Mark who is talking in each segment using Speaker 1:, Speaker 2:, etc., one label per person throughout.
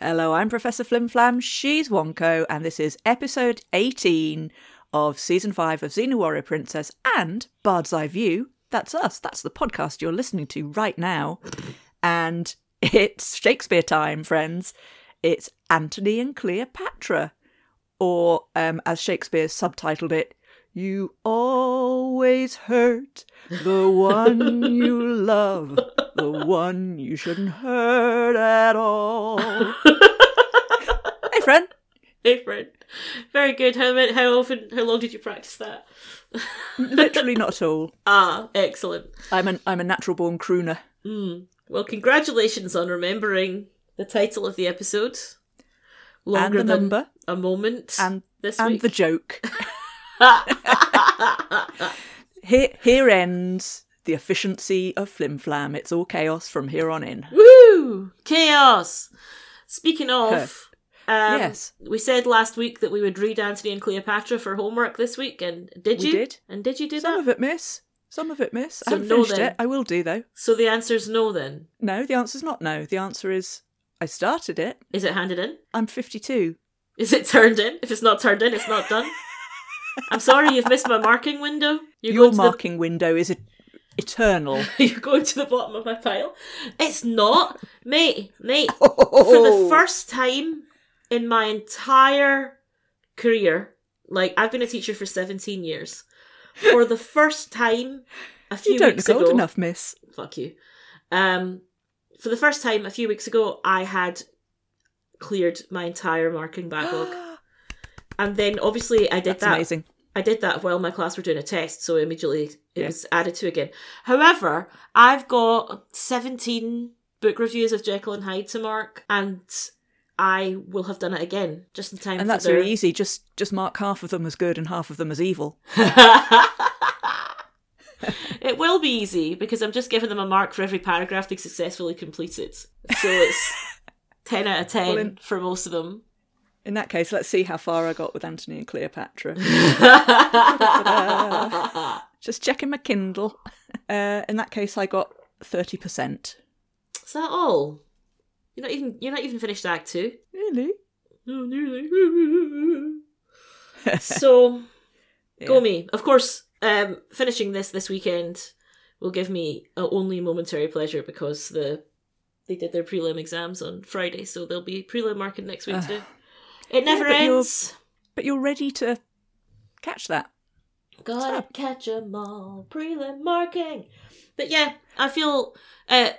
Speaker 1: I'm Professor Flimflam, she's Wonko, and this is episode 18 of season 5 of Xena Warrior Princess and Bard's Eye View. That's us, that's the podcast you're listening to right now. And it's Shakespeare time, friends. It's Antony and Cleopatra, or um, as Shakespeare subtitled it, You Always Hurt the One You Love, the One You Shouldn't Hurt at All. hey, friend.
Speaker 2: apron. Very good. How ma- how often? How long did you practice that?
Speaker 1: Literally not at all.
Speaker 2: Ah, excellent.
Speaker 1: I'm an I'm a natural born crooner.
Speaker 2: Mm. Well, congratulations on remembering the title of the episode. Longer
Speaker 1: and the
Speaker 2: than
Speaker 1: number
Speaker 2: a moment.
Speaker 1: and
Speaker 2: this
Speaker 1: and
Speaker 2: week.
Speaker 1: the joke. Here here ends the efficiency of flim flam. It's all chaos from here on in.
Speaker 2: Woo! Chaos. Speaking of, um,
Speaker 1: yes.
Speaker 2: we said last week that we would read Antony and Cleopatra for homework this week, and did
Speaker 1: We
Speaker 2: you?
Speaker 1: did.
Speaker 2: And did you do
Speaker 1: Some
Speaker 2: that?
Speaker 1: of it miss. Some of it miss. I
Speaker 2: So
Speaker 1: haven't
Speaker 2: no
Speaker 1: finished
Speaker 2: then.
Speaker 1: it. I will do though.
Speaker 2: So the answer's no. Then
Speaker 1: No, the answer's not no. The answer is I started it.
Speaker 2: is it handed in?
Speaker 1: I'm 52.
Speaker 2: Is it turned in? If it's not turned in, it's not done. I'm sorry, you've missed my marking window. You're
Speaker 1: Your
Speaker 2: going to
Speaker 1: marking window is e- eternal.
Speaker 2: the, you're going to the bottom of my pile. It's not, mate, mate. For the
Speaker 1: Oh.
Speaker 2: first time in my entire career, like I've been a teacher for 17 years. For the first time, a few
Speaker 1: you don't
Speaker 2: weeks
Speaker 1: look old
Speaker 2: ago,
Speaker 1: enough, miss.
Speaker 2: fuck you. Um, for the first time a few weeks ago, I had cleared my entire marking backlog, and then obviously I did
Speaker 1: That's
Speaker 2: that.
Speaker 1: amazing.
Speaker 2: I did that while my class were doing a test, so immediately it
Speaker 1: Yeah.
Speaker 2: was added to again. However, I've got 17 book reviews of Jekyll and Hyde to mark, and I will have done it again just in time
Speaker 1: And
Speaker 2: for
Speaker 1: that's
Speaker 2: their...
Speaker 1: really easy. Just just mark half of them as good and half of them as evil.
Speaker 2: it will be easy because I'm just giving them a mark for every paragraph they successfully completed. So it's 10 out of 10
Speaker 1: Well, in-
Speaker 2: for most of them.
Speaker 1: In that case, let's see how far I got with Antony and Cleopatra. Just checking my Kindle. Uh, in that case, I got thirty percent.
Speaker 2: Is that all? You're not even you're not even finished Act Two.
Speaker 1: Really?
Speaker 2: No, nearly. so, go
Speaker 1: Yeah.
Speaker 2: me. Of course, um, finishing this this weekend will give me uh, only momentary pleasure because the they did their prelim exams on Friday, so they'll be prelim marking next week
Speaker 1: Ah.
Speaker 2: today. It never
Speaker 1: but you're-
Speaker 2: ends.
Speaker 1: But you're ready to catch that.
Speaker 2: Gotta 'em catch 'em all. Prelim marking. But yeah, I feel uh,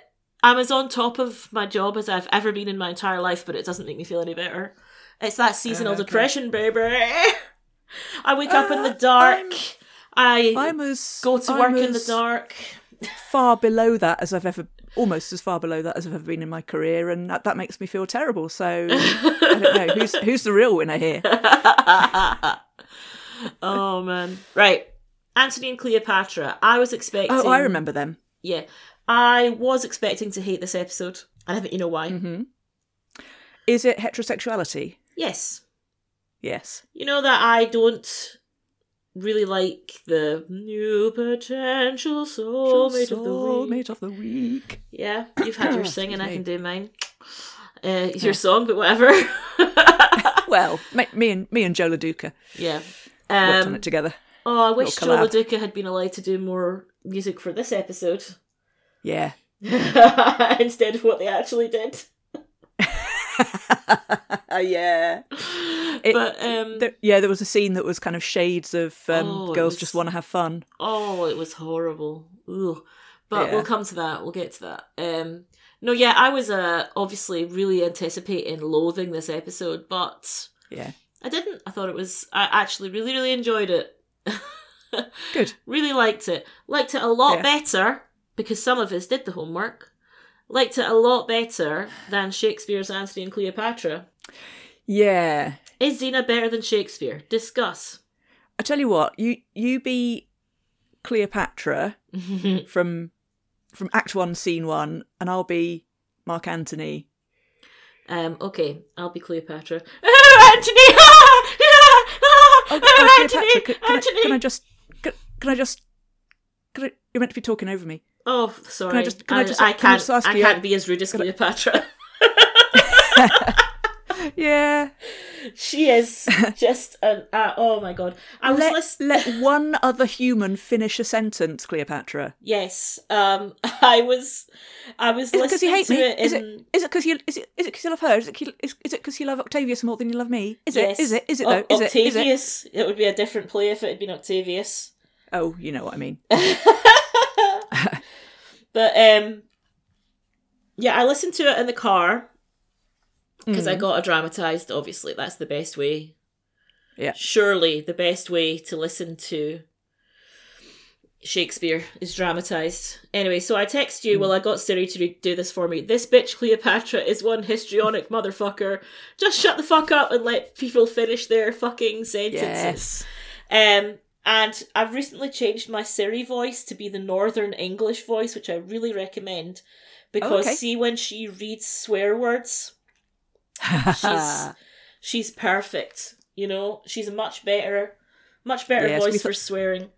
Speaker 2: I'm as on top of my job as I've ever been in my entire life, but it doesn't make me feel any better. It's that seasonal
Speaker 1: Uh, okay.
Speaker 2: depression, baby. I wake up in the
Speaker 1: Uh,
Speaker 2: dark.
Speaker 1: I'm-
Speaker 2: i
Speaker 1: I'm as
Speaker 2: go to
Speaker 1: I'm
Speaker 2: work in the
Speaker 1: as
Speaker 2: dark.
Speaker 1: Far below that as I've ever, almost as far below that as I've ever been in my career, and that, that makes me feel terrible. So I don't know who's who's the real winner here.
Speaker 2: oh man. Right. Antony and Cleopatra. I was expecting
Speaker 1: Oh, I remember them.
Speaker 2: Yeah. I was expecting to hate this episode. I haven't you know why.
Speaker 1: hmm Is it heterosexuality?
Speaker 2: Yes.
Speaker 1: Yes.
Speaker 2: You know that I don't really like the new potential soulmate, of the week.
Speaker 1: Soulmate of the week.
Speaker 2: Yeah, you've had your singing, I
Speaker 1: Excuse
Speaker 2: can
Speaker 1: me.
Speaker 2: do mine. Uh, it's
Speaker 1: Yeah.
Speaker 2: your song, but whatever.
Speaker 1: Well, me, me and me and Joe LaDuca
Speaker 2: yeah.
Speaker 1: worked on
Speaker 2: Um,
Speaker 1: it together.
Speaker 2: oh, I wish Joe
Speaker 1: collab.
Speaker 2: LaDuca had been allowed to do more music for this episode
Speaker 1: Yeah.
Speaker 2: instead of what they actually did.
Speaker 1: yeah. It-
Speaker 2: but um,
Speaker 1: There, yeah, there was a scene that was kind of shades of um,
Speaker 2: Oh, it
Speaker 1: girls
Speaker 2: was-
Speaker 1: just want to have fun.
Speaker 2: Oh, it was horrible. Ugh. But
Speaker 1: Yeah.
Speaker 2: we'll come to that. We'll get to that. Um, no, yeah, I was uh, obviously really anticipating loathing this episode, but
Speaker 1: Yeah.
Speaker 2: I didn't. I thought it was. I actually really, really enjoyed it.
Speaker 1: Good.
Speaker 2: Really liked it. Liked it a lot
Speaker 1: Yeah.
Speaker 2: better because some of us did the homework. Liked it a lot better than Shakespeare's Antony and Cleopatra.
Speaker 1: Yeah.
Speaker 2: Is Xena better than Shakespeare? Discuss.
Speaker 1: I tell you what, you you be Cleopatra from from Act One, Scene One, and I'll be Mark Antony.
Speaker 2: Um, okay, I'll be Cleopatra. Oh, Anthony! Ah! Ah! Ah!
Speaker 1: Oh,
Speaker 2: Oh,
Speaker 1: oh,
Speaker 2: Anthony!
Speaker 1: Cleopatra, can, can,
Speaker 2: Anthony!
Speaker 1: I, can I just can, can I just can I, you're meant to be talking over me.
Speaker 2: oh, sorry.
Speaker 1: can I just- can I just-
Speaker 2: I
Speaker 1: can I
Speaker 2: can't.
Speaker 1: just ask
Speaker 2: I
Speaker 1: you-
Speaker 2: can't be as rude as Cleopatra.
Speaker 1: Yeah.
Speaker 2: She is just an. Uh, oh my god. I was
Speaker 1: Let,
Speaker 2: listening.
Speaker 1: let one other human finish a sentence, Cleopatra.
Speaker 2: Yes. Um. I was. I was
Speaker 1: Is it because you
Speaker 2: listening
Speaker 1: hate me?
Speaker 2: to it in.
Speaker 1: Is it? Is it because you? Is it? Is it because you love her? Is it? 'cause you- Is, is it because you love Octavius more than you love me? Is
Speaker 2: yes.
Speaker 1: it? Is it? Is it
Speaker 2: O-
Speaker 1: though? Is it? Is
Speaker 2: Octavius.
Speaker 1: it?
Speaker 2: it would be a different play if it had been Octavius.
Speaker 1: Oh, you know what I mean.
Speaker 2: But um, yeah, I listened to it in the car because
Speaker 1: Mm.
Speaker 2: I got a dramatized. Obviously, that's the best way.
Speaker 1: Yeah.
Speaker 2: surely the best way to listen to Shakespeare is dramatized. Anyway, so I text you. Well, I got Siri to re- do this for me. This bitch Cleopatra is one histrionic motherfucker. Just shut the fuck up and let people finish their fucking
Speaker 1: Yes.
Speaker 2: sentences. Um, and I've recently changed my Siri voice to be the Northern English voice, which I really recommend because
Speaker 1: Okay.
Speaker 2: see when she reads swear words, she's she's perfect. You know, she's a much better, much better
Speaker 1: Yes, we
Speaker 2: voice
Speaker 1: th-
Speaker 2: for swearing.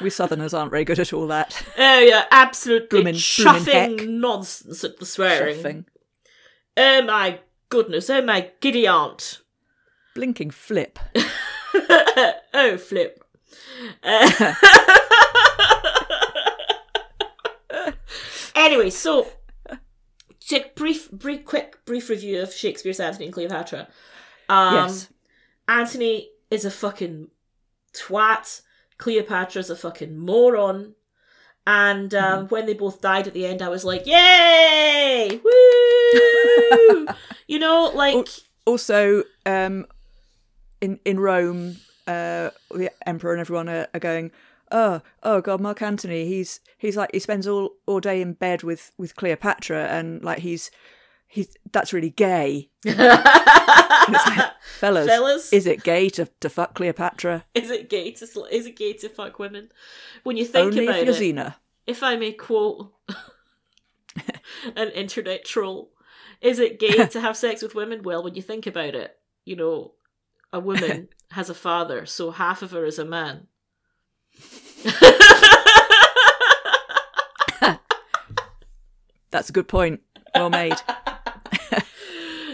Speaker 1: we Southerners aren't very good at all that.
Speaker 2: Oh yeah, absolutely
Speaker 1: Bloomin'
Speaker 2: chuffing
Speaker 1: heck.
Speaker 2: nonsense at the swearing.
Speaker 1: Shuffling.
Speaker 2: Oh my goodness! Oh my giddy aunt!
Speaker 1: Blinking flip.
Speaker 2: oh flip! Uh, anyway, so check brief, brief, quick, brief review of Shakespeare's Antony and Cleopatra. Um,
Speaker 1: yes.
Speaker 2: Antony is a fucking twat. Cleopatra's a fucking moron. And
Speaker 1: Mm-hmm.
Speaker 2: um, when they both died at the end, I was like, "Yay! Woo!" you know, like
Speaker 1: Oh. Also, um, in in Rome, uh, the emperor and everyone are, are going. Oh, oh God, Mark Antony. He's he's like he spends all, all day in bed with, with Cleopatra, and like he's he's that's really gay, fellas.
Speaker 2: fellas,
Speaker 1: Is it gay to, to fuck Cleopatra?
Speaker 2: is it gay to sl- is it gay to fuck women? When you think
Speaker 1: Only
Speaker 2: about
Speaker 1: if you're
Speaker 2: it,
Speaker 1: Xena.
Speaker 2: if I may quote an internet troll, is it gay to have sex with women? Well, when you think about it, you know, a woman has a father, so half of her is a man.
Speaker 1: That's a good point. Well made.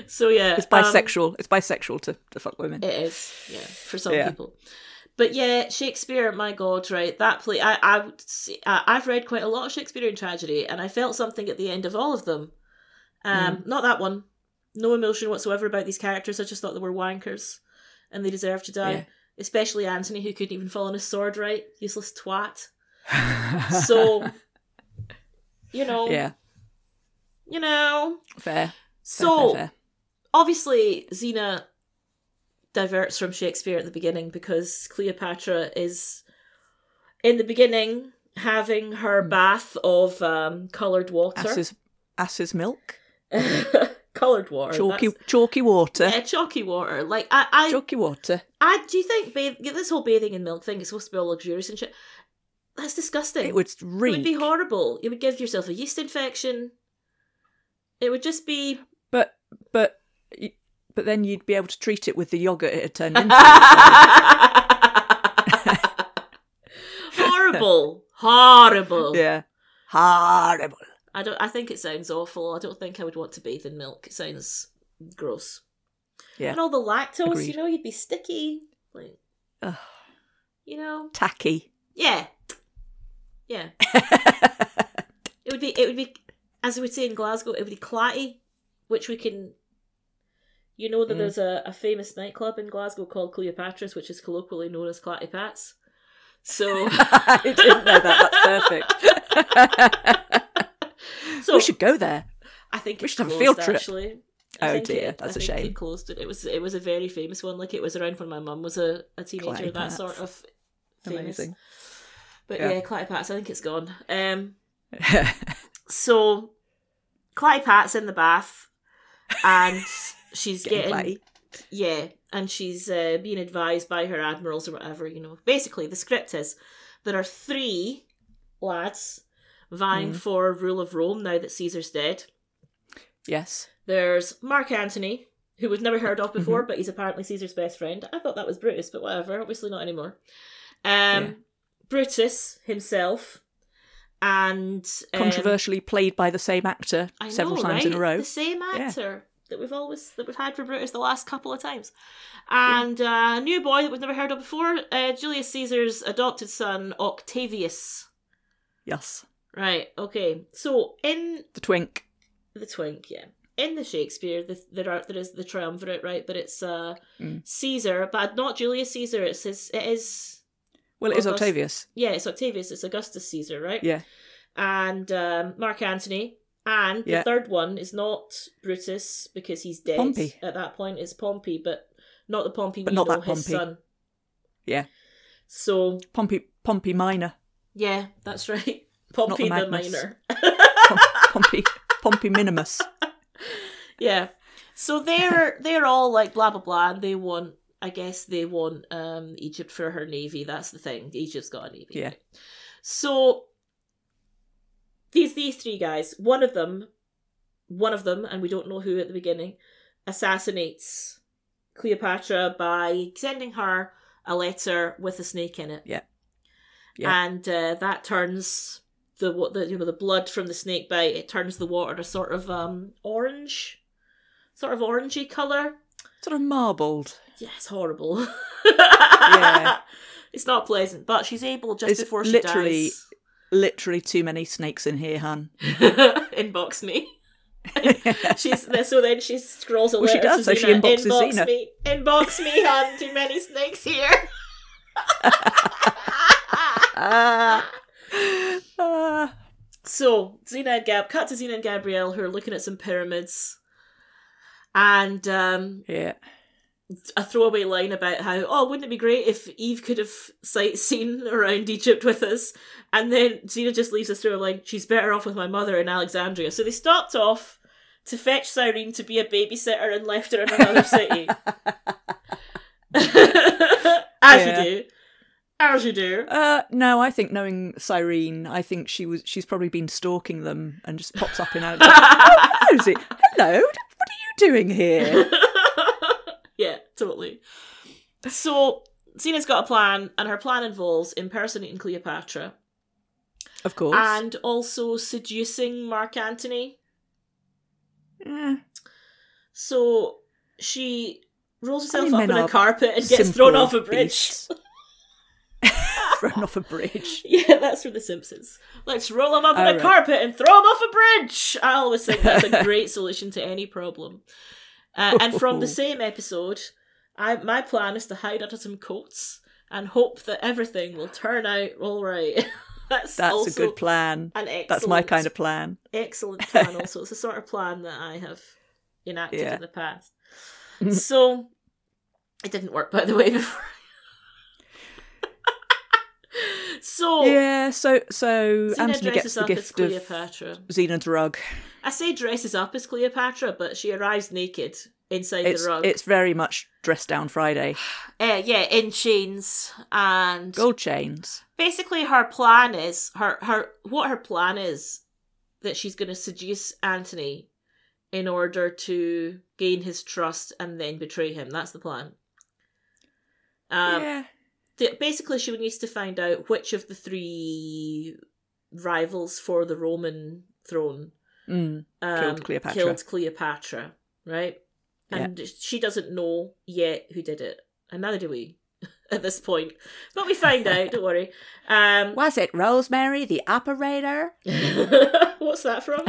Speaker 2: so yeah,
Speaker 1: It's
Speaker 2: um,
Speaker 1: bisexual. it's bisexual to, to fuck women.
Speaker 2: It is, yeah, for some
Speaker 1: Yeah.
Speaker 2: people. But yeah, Shakespeare, my God, right? That play, I, I, would see- I- I've read quite a lot of Shakespearean tragedy, and I felt something at the end of all of them. Um,
Speaker 1: Mm.
Speaker 2: Not that one. No emotion whatsoever about these characters. I just thought they were wankers, and they deserved to die.
Speaker 1: Yeah.
Speaker 2: Especially Antony, who couldn't even fall on his sword right. Useless twat. So, you know,
Speaker 1: yeah,
Speaker 2: you know.
Speaker 1: fair. fair,
Speaker 2: So,
Speaker 1: fair, fair.
Speaker 2: obviously Xena diverts from Shakespeare at the beginning because Cleopatra is in the beginning having her
Speaker 1: Hmm.
Speaker 2: bath of um, coloured water.
Speaker 1: Ass's, ass's milk,
Speaker 2: coloured water.
Speaker 1: chalky
Speaker 2: that's-
Speaker 1: chalky water,
Speaker 2: Yeah, chalky water. Like I, I,
Speaker 1: chalky water.
Speaker 2: I do you think bath- yeah, this whole bathing in milk thing is supposed to be all luxurious and shit? That's disgusting.
Speaker 1: It would
Speaker 2: It
Speaker 1: reek.
Speaker 2: would be horrible. You would give yourself a yeast infection. It would just be
Speaker 1: but but y- but then you'd be able to treat it with the yogurt it had turned into.
Speaker 2: horrible, horrible.
Speaker 1: yeah, horrible.
Speaker 2: I don't. I think it sounds awful. I don't think I would want to bathe in milk. It sounds gross.
Speaker 1: Yeah.
Speaker 2: And all the lactose, you
Speaker 1: Agreed.
Speaker 2: know, you'd be sticky. Like,
Speaker 1: Ugh,
Speaker 2: you know,
Speaker 1: tacky.
Speaker 2: yeah, yeah. It would be. It would be, as we would say in Glasgow, it would be clatty, which we can. You know that
Speaker 1: Mm.
Speaker 2: there's a, a famous nightclub in Glasgow called Cleopatra's, which is colloquially known as Clatty Pats. So.
Speaker 1: I didn't know that. That's perfect.
Speaker 2: So
Speaker 1: we should go there.
Speaker 2: I think
Speaker 1: we
Speaker 2: it
Speaker 1: should have a
Speaker 2: closed,
Speaker 1: field trip.
Speaker 2: Actually,
Speaker 1: Oh
Speaker 2: think
Speaker 1: dear,
Speaker 2: it-
Speaker 1: that's
Speaker 2: I
Speaker 1: a
Speaker 2: think
Speaker 1: shame.
Speaker 2: It closed it. It was it was a very famous one. Like it was around when my mum was a, a teenager.
Speaker 1: Clatty
Speaker 2: That
Speaker 1: Pats.
Speaker 2: sort of famous.
Speaker 1: Amazing.
Speaker 2: But yeah,
Speaker 1: Yeah.
Speaker 2: yeah Clatty Pats. I think it's gone. Um, so Clatty Pats in the bath, and she's
Speaker 1: Getting
Speaker 2: getting,
Speaker 1: clatty.
Speaker 2: yeah, and she's uh, being advised by her admirals or whatever. You know, basically the script is there are three lads vying
Speaker 1: Mm.
Speaker 2: for rule of Rome now that Caesar's dead.
Speaker 1: Yes.
Speaker 2: There's Mark Antony, who we've never heard of
Speaker 1: Mm-hmm.
Speaker 2: before, but he's apparently Caesar's best friend. I thought that was Brutus, but whatever. Obviously not anymore. Um,
Speaker 1: Yeah.
Speaker 2: Brutus himself, and um,
Speaker 1: Controversially played by the same actor
Speaker 2: I know,
Speaker 1: several times in a
Speaker 2: right?
Speaker 1: row.
Speaker 2: The same actor. that we've always that we've had for Brutus the last couple of times, and uh, a new boy that we've never heard of before, uh, Julius Caesar's adopted son Octavius.
Speaker 1: Yes.
Speaker 2: Right. Okay. So in
Speaker 1: The twink.
Speaker 2: the twink, yeah. In the Shakespeare, the, there are there is the triumvirate, right? But it's uh,
Speaker 1: Mm.
Speaker 2: Caesar, but not Julius Caesar. It's his. It is.
Speaker 1: Well, it is
Speaker 2: August-
Speaker 1: Octavius.
Speaker 2: Yeah, it's Octavius. It's Augustus Caesar, right?
Speaker 1: Yeah.
Speaker 2: And um, Mark Antony. And the
Speaker 1: Yeah.
Speaker 2: third one is not Brutus because he's dead
Speaker 1: Pompey.
Speaker 2: at that point. It's Pompey, but not the Pompey
Speaker 1: But
Speaker 2: we
Speaker 1: not
Speaker 2: know.
Speaker 1: that
Speaker 2: his
Speaker 1: Pompey.
Speaker 2: son.
Speaker 1: Yeah.
Speaker 2: So
Speaker 1: Pompey Pompey Minor.
Speaker 2: yeah, that's right. Pompey the,
Speaker 1: Magnus.
Speaker 2: Minor.
Speaker 1: Pom- Pompey Pompey Minimus.
Speaker 2: yeah. So they're they're all like blah blah blah, and they want. I guess they want um Egypt for her navy. That's the thing. Egypt's got a navy.
Speaker 1: Yeah.
Speaker 2: So these these three guys. One of them, one of them, and we don't know who at the beginning, assassinates Cleopatra by sending her a letter with a snake in it.
Speaker 1: Yeah. Yeah.
Speaker 2: And uh, that turns the what the you know the blood from the snake bite. It turns the water a sort of um orange, sort of orangey color.
Speaker 1: Sort of marbled.
Speaker 2: Yeah, it's horrible.
Speaker 1: Yeah.
Speaker 2: It's not pleasant, but she's able just
Speaker 1: It's
Speaker 2: before she
Speaker 1: literally- Literally too many snakes in here, hun.
Speaker 2: dies. inbox me. She's so then she scrolls a
Speaker 1: Well, she
Speaker 2: letter to
Speaker 1: does, so she
Speaker 2: Xena,
Speaker 1: inboxes
Speaker 2: inbox
Speaker 1: Xena."
Speaker 2: me, inbox me, hon. Too many snakes here.
Speaker 1: Ah. Ah.
Speaker 2: So Xena and Gab cut to Xena and Gabrielle who are looking at some pyramids. And um,
Speaker 1: yeah.
Speaker 2: a throwaway line about how, oh, wouldn't it be great if Eve could have sightseen around Egypt with us? And then Xena just leaves us through a line, she's better off with my mother in Alexandria. So they stopped off to fetch Cyrene to be a babysitter and left her in another city. As
Speaker 1: Yeah.
Speaker 2: you do. As you do.
Speaker 1: Uh, no, I think knowing Cyrene, I think she was she's probably been stalking them and just pops up in out. Rosie, hello, what are you doing here?
Speaker 2: yeah, totally. So Xena's got a plan, and her plan involves impersonating Cleopatra.
Speaker 1: Of course.
Speaker 2: and also seducing Mark Antony.
Speaker 1: Eh,
Speaker 2: So she rolls herself
Speaker 1: mean,
Speaker 2: up
Speaker 1: men
Speaker 2: in a
Speaker 1: are
Speaker 2: carpet and gets
Speaker 1: simple
Speaker 2: thrown off a bridge.
Speaker 1: beasts. thrown off a bridge.
Speaker 2: Yeah, that's from The Simpsons. Let's roll him up in
Speaker 1: Oh,
Speaker 2: a
Speaker 1: right.
Speaker 2: carpet and throw him off a bridge. I always think that's a great solution to any problem. Uh, and from the same episode, I, my plan is to hide under some coats and hope that everything will turn out all right. that's
Speaker 1: That's
Speaker 2: also
Speaker 1: a good plan.
Speaker 2: An
Speaker 1: That's my
Speaker 2: excellent
Speaker 1: kind of plan.
Speaker 2: excellent plan also it's the sort of plan that i have enacted
Speaker 1: Yeah.
Speaker 2: in the past so it didn't work by the way before so
Speaker 1: Yeah, so so
Speaker 2: Oh. Xena
Speaker 1: Anthony gets
Speaker 2: dresses
Speaker 1: the
Speaker 2: up as
Speaker 1: gift of
Speaker 2: cleopatra
Speaker 1: Xena's rug.
Speaker 2: i say dresses up as cleopatra but she arrives naked inside
Speaker 1: It's
Speaker 2: the rug
Speaker 1: it's very much dressed down Friday.
Speaker 2: Uh, yeah in chains and
Speaker 1: Gold chains.
Speaker 2: basically her plan is her her what her plan is that she's going to seduce Antony in order to gain his trust and then betray him. That's the plan. Um,
Speaker 1: yeah.
Speaker 2: th- basically, she needs to find out which of the three rivals for the Roman throne
Speaker 1: Mm.
Speaker 2: um,
Speaker 1: Killed Cleopatra.
Speaker 2: killed Cleopatra, right? And she doesn't know yet who did it, and neither do we at this point. But we find out. don't worry. Um,
Speaker 1: Was it Rosemary the operator?
Speaker 2: What's that from?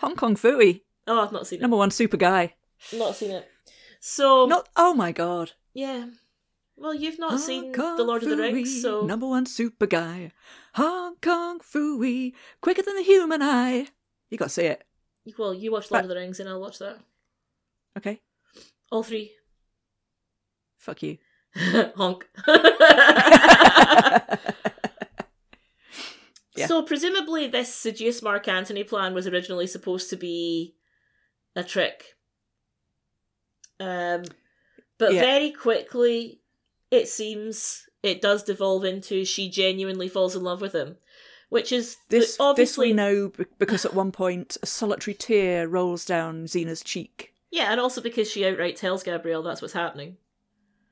Speaker 1: Hong Kong Fooey,
Speaker 2: Oh, I've not seen it.
Speaker 1: number one super guy.
Speaker 2: Not seen it. So
Speaker 1: Um, Not oh my god.
Speaker 2: yeah. Well, you've not
Speaker 1: Hong
Speaker 2: seen
Speaker 1: Kong
Speaker 2: The Lord of the Rings,
Speaker 1: Phooey,
Speaker 2: so
Speaker 1: number one super guy. Hong Kong Fooey, quicker than the human eye. You gotta see it,
Speaker 2: well, you watch Lord of the Rings, and I'll watch that.
Speaker 1: okay?
Speaker 2: All three.
Speaker 1: Fuck you.
Speaker 2: Honk.
Speaker 1: Yeah.
Speaker 2: So presumably, this seduce Mark Antony plan was originally supposed to be a trick. Um, but
Speaker 1: Yeah.
Speaker 2: very quickly, it seems it does devolve into she genuinely falls in love with him, which is
Speaker 1: this
Speaker 2: obviously
Speaker 1: obviously this we know be- because at one point a solitary tear rolls down Xena's cheek.
Speaker 2: yeah, and also because she outright tells Gabrielle that's what's happening.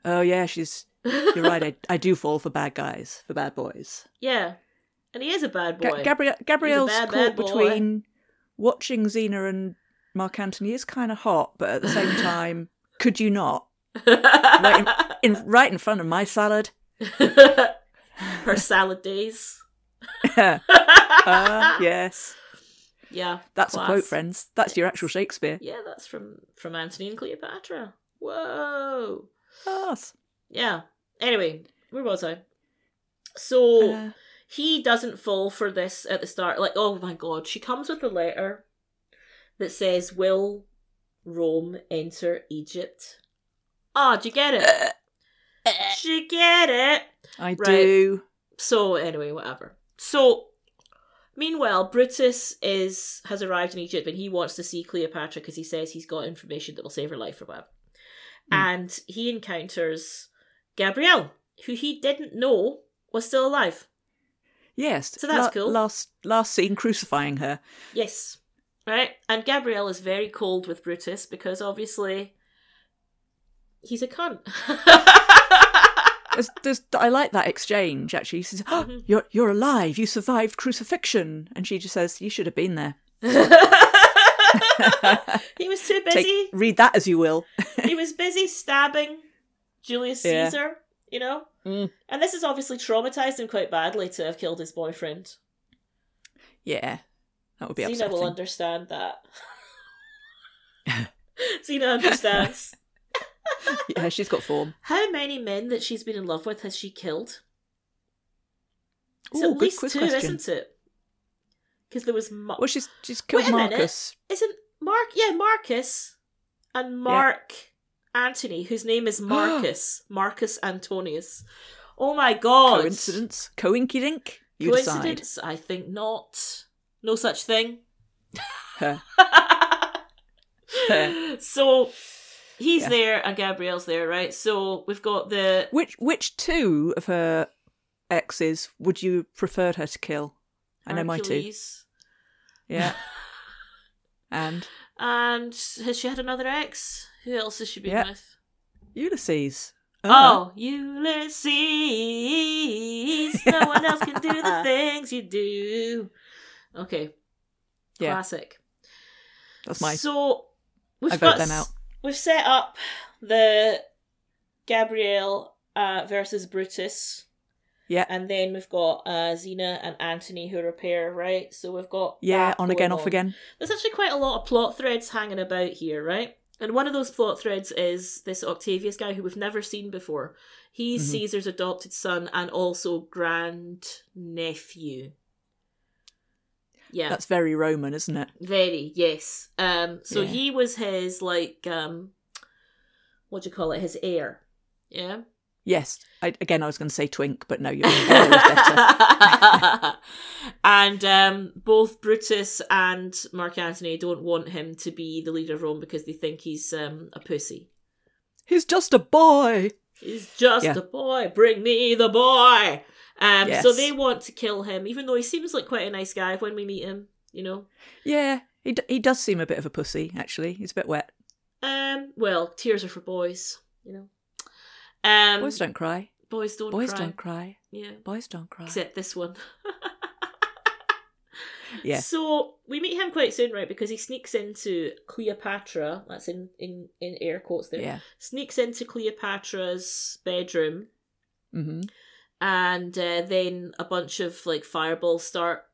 Speaker 1: Oh yeah, she's. You're right. I, I do fall for bad guys, for bad boys.
Speaker 2: Yeah, and he is a bad boy.
Speaker 1: Ga- Gabrielle, Gabrielle's
Speaker 2: bad,
Speaker 1: caught
Speaker 2: bad boy.
Speaker 1: between watching Xena and Mark Antony is kind of hot, but at the same time, could you not? Right in, in, right in front of my salad?
Speaker 2: Her salad days.
Speaker 1: Ah, yes.
Speaker 2: yeah.
Speaker 1: That's
Speaker 2: class.
Speaker 1: a quote, friends. That's your actual Shakespeare.
Speaker 2: Yeah, that's from from Antony and Cleopatra. Whoa. Oh.
Speaker 1: Yes.
Speaker 2: Yeah. Anyway, where was I? So
Speaker 1: Uh,
Speaker 2: he doesn't fall for this at the start. Like, oh my god, she comes with a letter that says, "Will Rome enter Egypt?" Ah, do you get it? do you get it?
Speaker 1: I
Speaker 2: Right.
Speaker 1: do.
Speaker 2: So anyway, whatever. So meanwhile, Brutus is has arrived in Egypt and he wants to see Cleopatra because he says he's got information that will save her life or whatever.
Speaker 1: Hmm.
Speaker 2: And he encounters Gabrielle, who he didn't know was still alive.
Speaker 1: Yes.
Speaker 2: So that's cool.
Speaker 1: Last last scene crucifying her.
Speaker 2: Yes. Right? And Gabrielle is very cold with Brutus because obviously he's a cunt.
Speaker 1: There's, there's, I like that exchange actually. She says, oh,
Speaker 2: Mhm.
Speaker 1: "You're you're alive. You survived crucifixion," and she just says, "You should have been there."
Speaker 2: he was too busy.
Speaker 1: Take- read that as you will.
Speaker 2: he was busy stabbing Julius
Speaker 1: Yeah.
Speaker 2: Caesar, you know?
Speaker 1: Mm.
Speaker 2: And this has obviously traumatized him quite badly to have killed his boyfriend.
Speaker 1: Yeah, that would be
Speaker 2: Xena will
Speaker 1: upsetting.
Speaker 2: understand that. Xena understands.
Speaker 1: yeah, she's got form.
Speaker 2: How many men that she's been in love with has she killed? It's
Speaker 1: Ooh,
Speaker 2: at
Speaker 1: good
Speaker 2: least
Speaker 1: quiz
Speaker 2: two,
Speaker 1: question.
Speaker 2: isn't it? Because there was Mar-
Speaker 1: Well, she's she's killed
Speaker 2: Wait a minute.
Speaker 1: Marcus.
Speaker 2: isn't Mark? Yeah, Marcus and Mark Antony, whose name is Marcus Marcus Antonius. Oh my god!
Speaker 1: Coincidence? Coinkydink? You decide.
Speaker 2: Coincidence? I think not. No such thing.
Speaker 1: Huh.
Speaker 2: so he's
Speaker 1: Yeah.
Speaker 2: there and Gabrielle's there, right? So we've got the
Speaker 1: Which which two of her exes would you preferred her to kill? I know my two.
Speaker 2: Hercules.
Speaker 1: Yeah. and
Speaker 2: And has she had another ex? Who else has she been
Speaker 1: Yeah. Uh-huh.
Speaker 2: with?
Speaker 1: Ulysses.
Speaker 2: Oh, Ulysses! No one else can do the things you do. Okay,
Speaker 1: Yeah.
Speaker 2: classic.
Speaker 1: that's my.
Speaker 2: So we've
Speaker 1: I vote
Speaker 2: got
Speaker 1: them
Speaker 2: s-
Speaker 1: out.
Speaker 2: We've set up the Gabrielle uh, versus Brutus,
Speaker 1: Yeah.
Speaker 2: and then we've got uh, Xena and Antony who are a pair, right? So we've got
Speaker 1: Yeah,
Speaker 2: that
Speaker 1: on
Speaker 2: going
Speaker 1: again, off
Speaker 2: on.
Speaker 1: again.
Speaker 2: There's actually quite a lot of plot threads hanging about here, right? And one of those plot threads is this Octavius guy who we've never seen before. He's
Speaker 1: Mhm.
Speaker 2: Caesar's adopted son and also grand nephew. Yeah.
Speaker 1: That's very Roman, isn't it?
Speaker 2: Very, yes. Um so
Speaker 1: Yeah.
Speaker 2: he was his like um what do you call it, his heir. Yeah.
Speaker 1: Yes. I, again, I was going to say twink, but no, you're that was better.
Speaker 2: and um both Brutus and Mark Antony don't want him to be the leader of Rome because they think he's um a pussy.
Speaker 1: He's just a boy.
Speaker 2: He's just
Speaker 1: Yeah.
Speaker 2: a boy. Bring me the boy. Um so
Speaker 1: Yes.
Speaker 2: they want to kill him, even though he seems like quite a nice guy when we meet him, you know.
Speaker 1: Yeah, he d- he does seem a bit of a pussy. Actually, he's a bit wet.
Speaker 2: Um well, tears are for boys, you know. Um
Speaker 1: Boys don't cry.
Speaker 2: Boys don't
Speaker 1: Boys
Speaker 2: cry.
Speaker 1: don't cry.
Speaker 2: Yeah.
Speaker 1: Boys don't cry.
Speaker 2: Except this one.
Speaker 1: Yeah.
Speaker 2: So we meet him quite soon, right? Because he sneaks into Cleopatra. That's in in in air quotes there.
Speaker 1: Yeah.
Speaker 2: Sneaks into Cleopatra's bedroom,
Speaker 1: hmm
Speaker 2: and uh, then a bunch of like fireballs start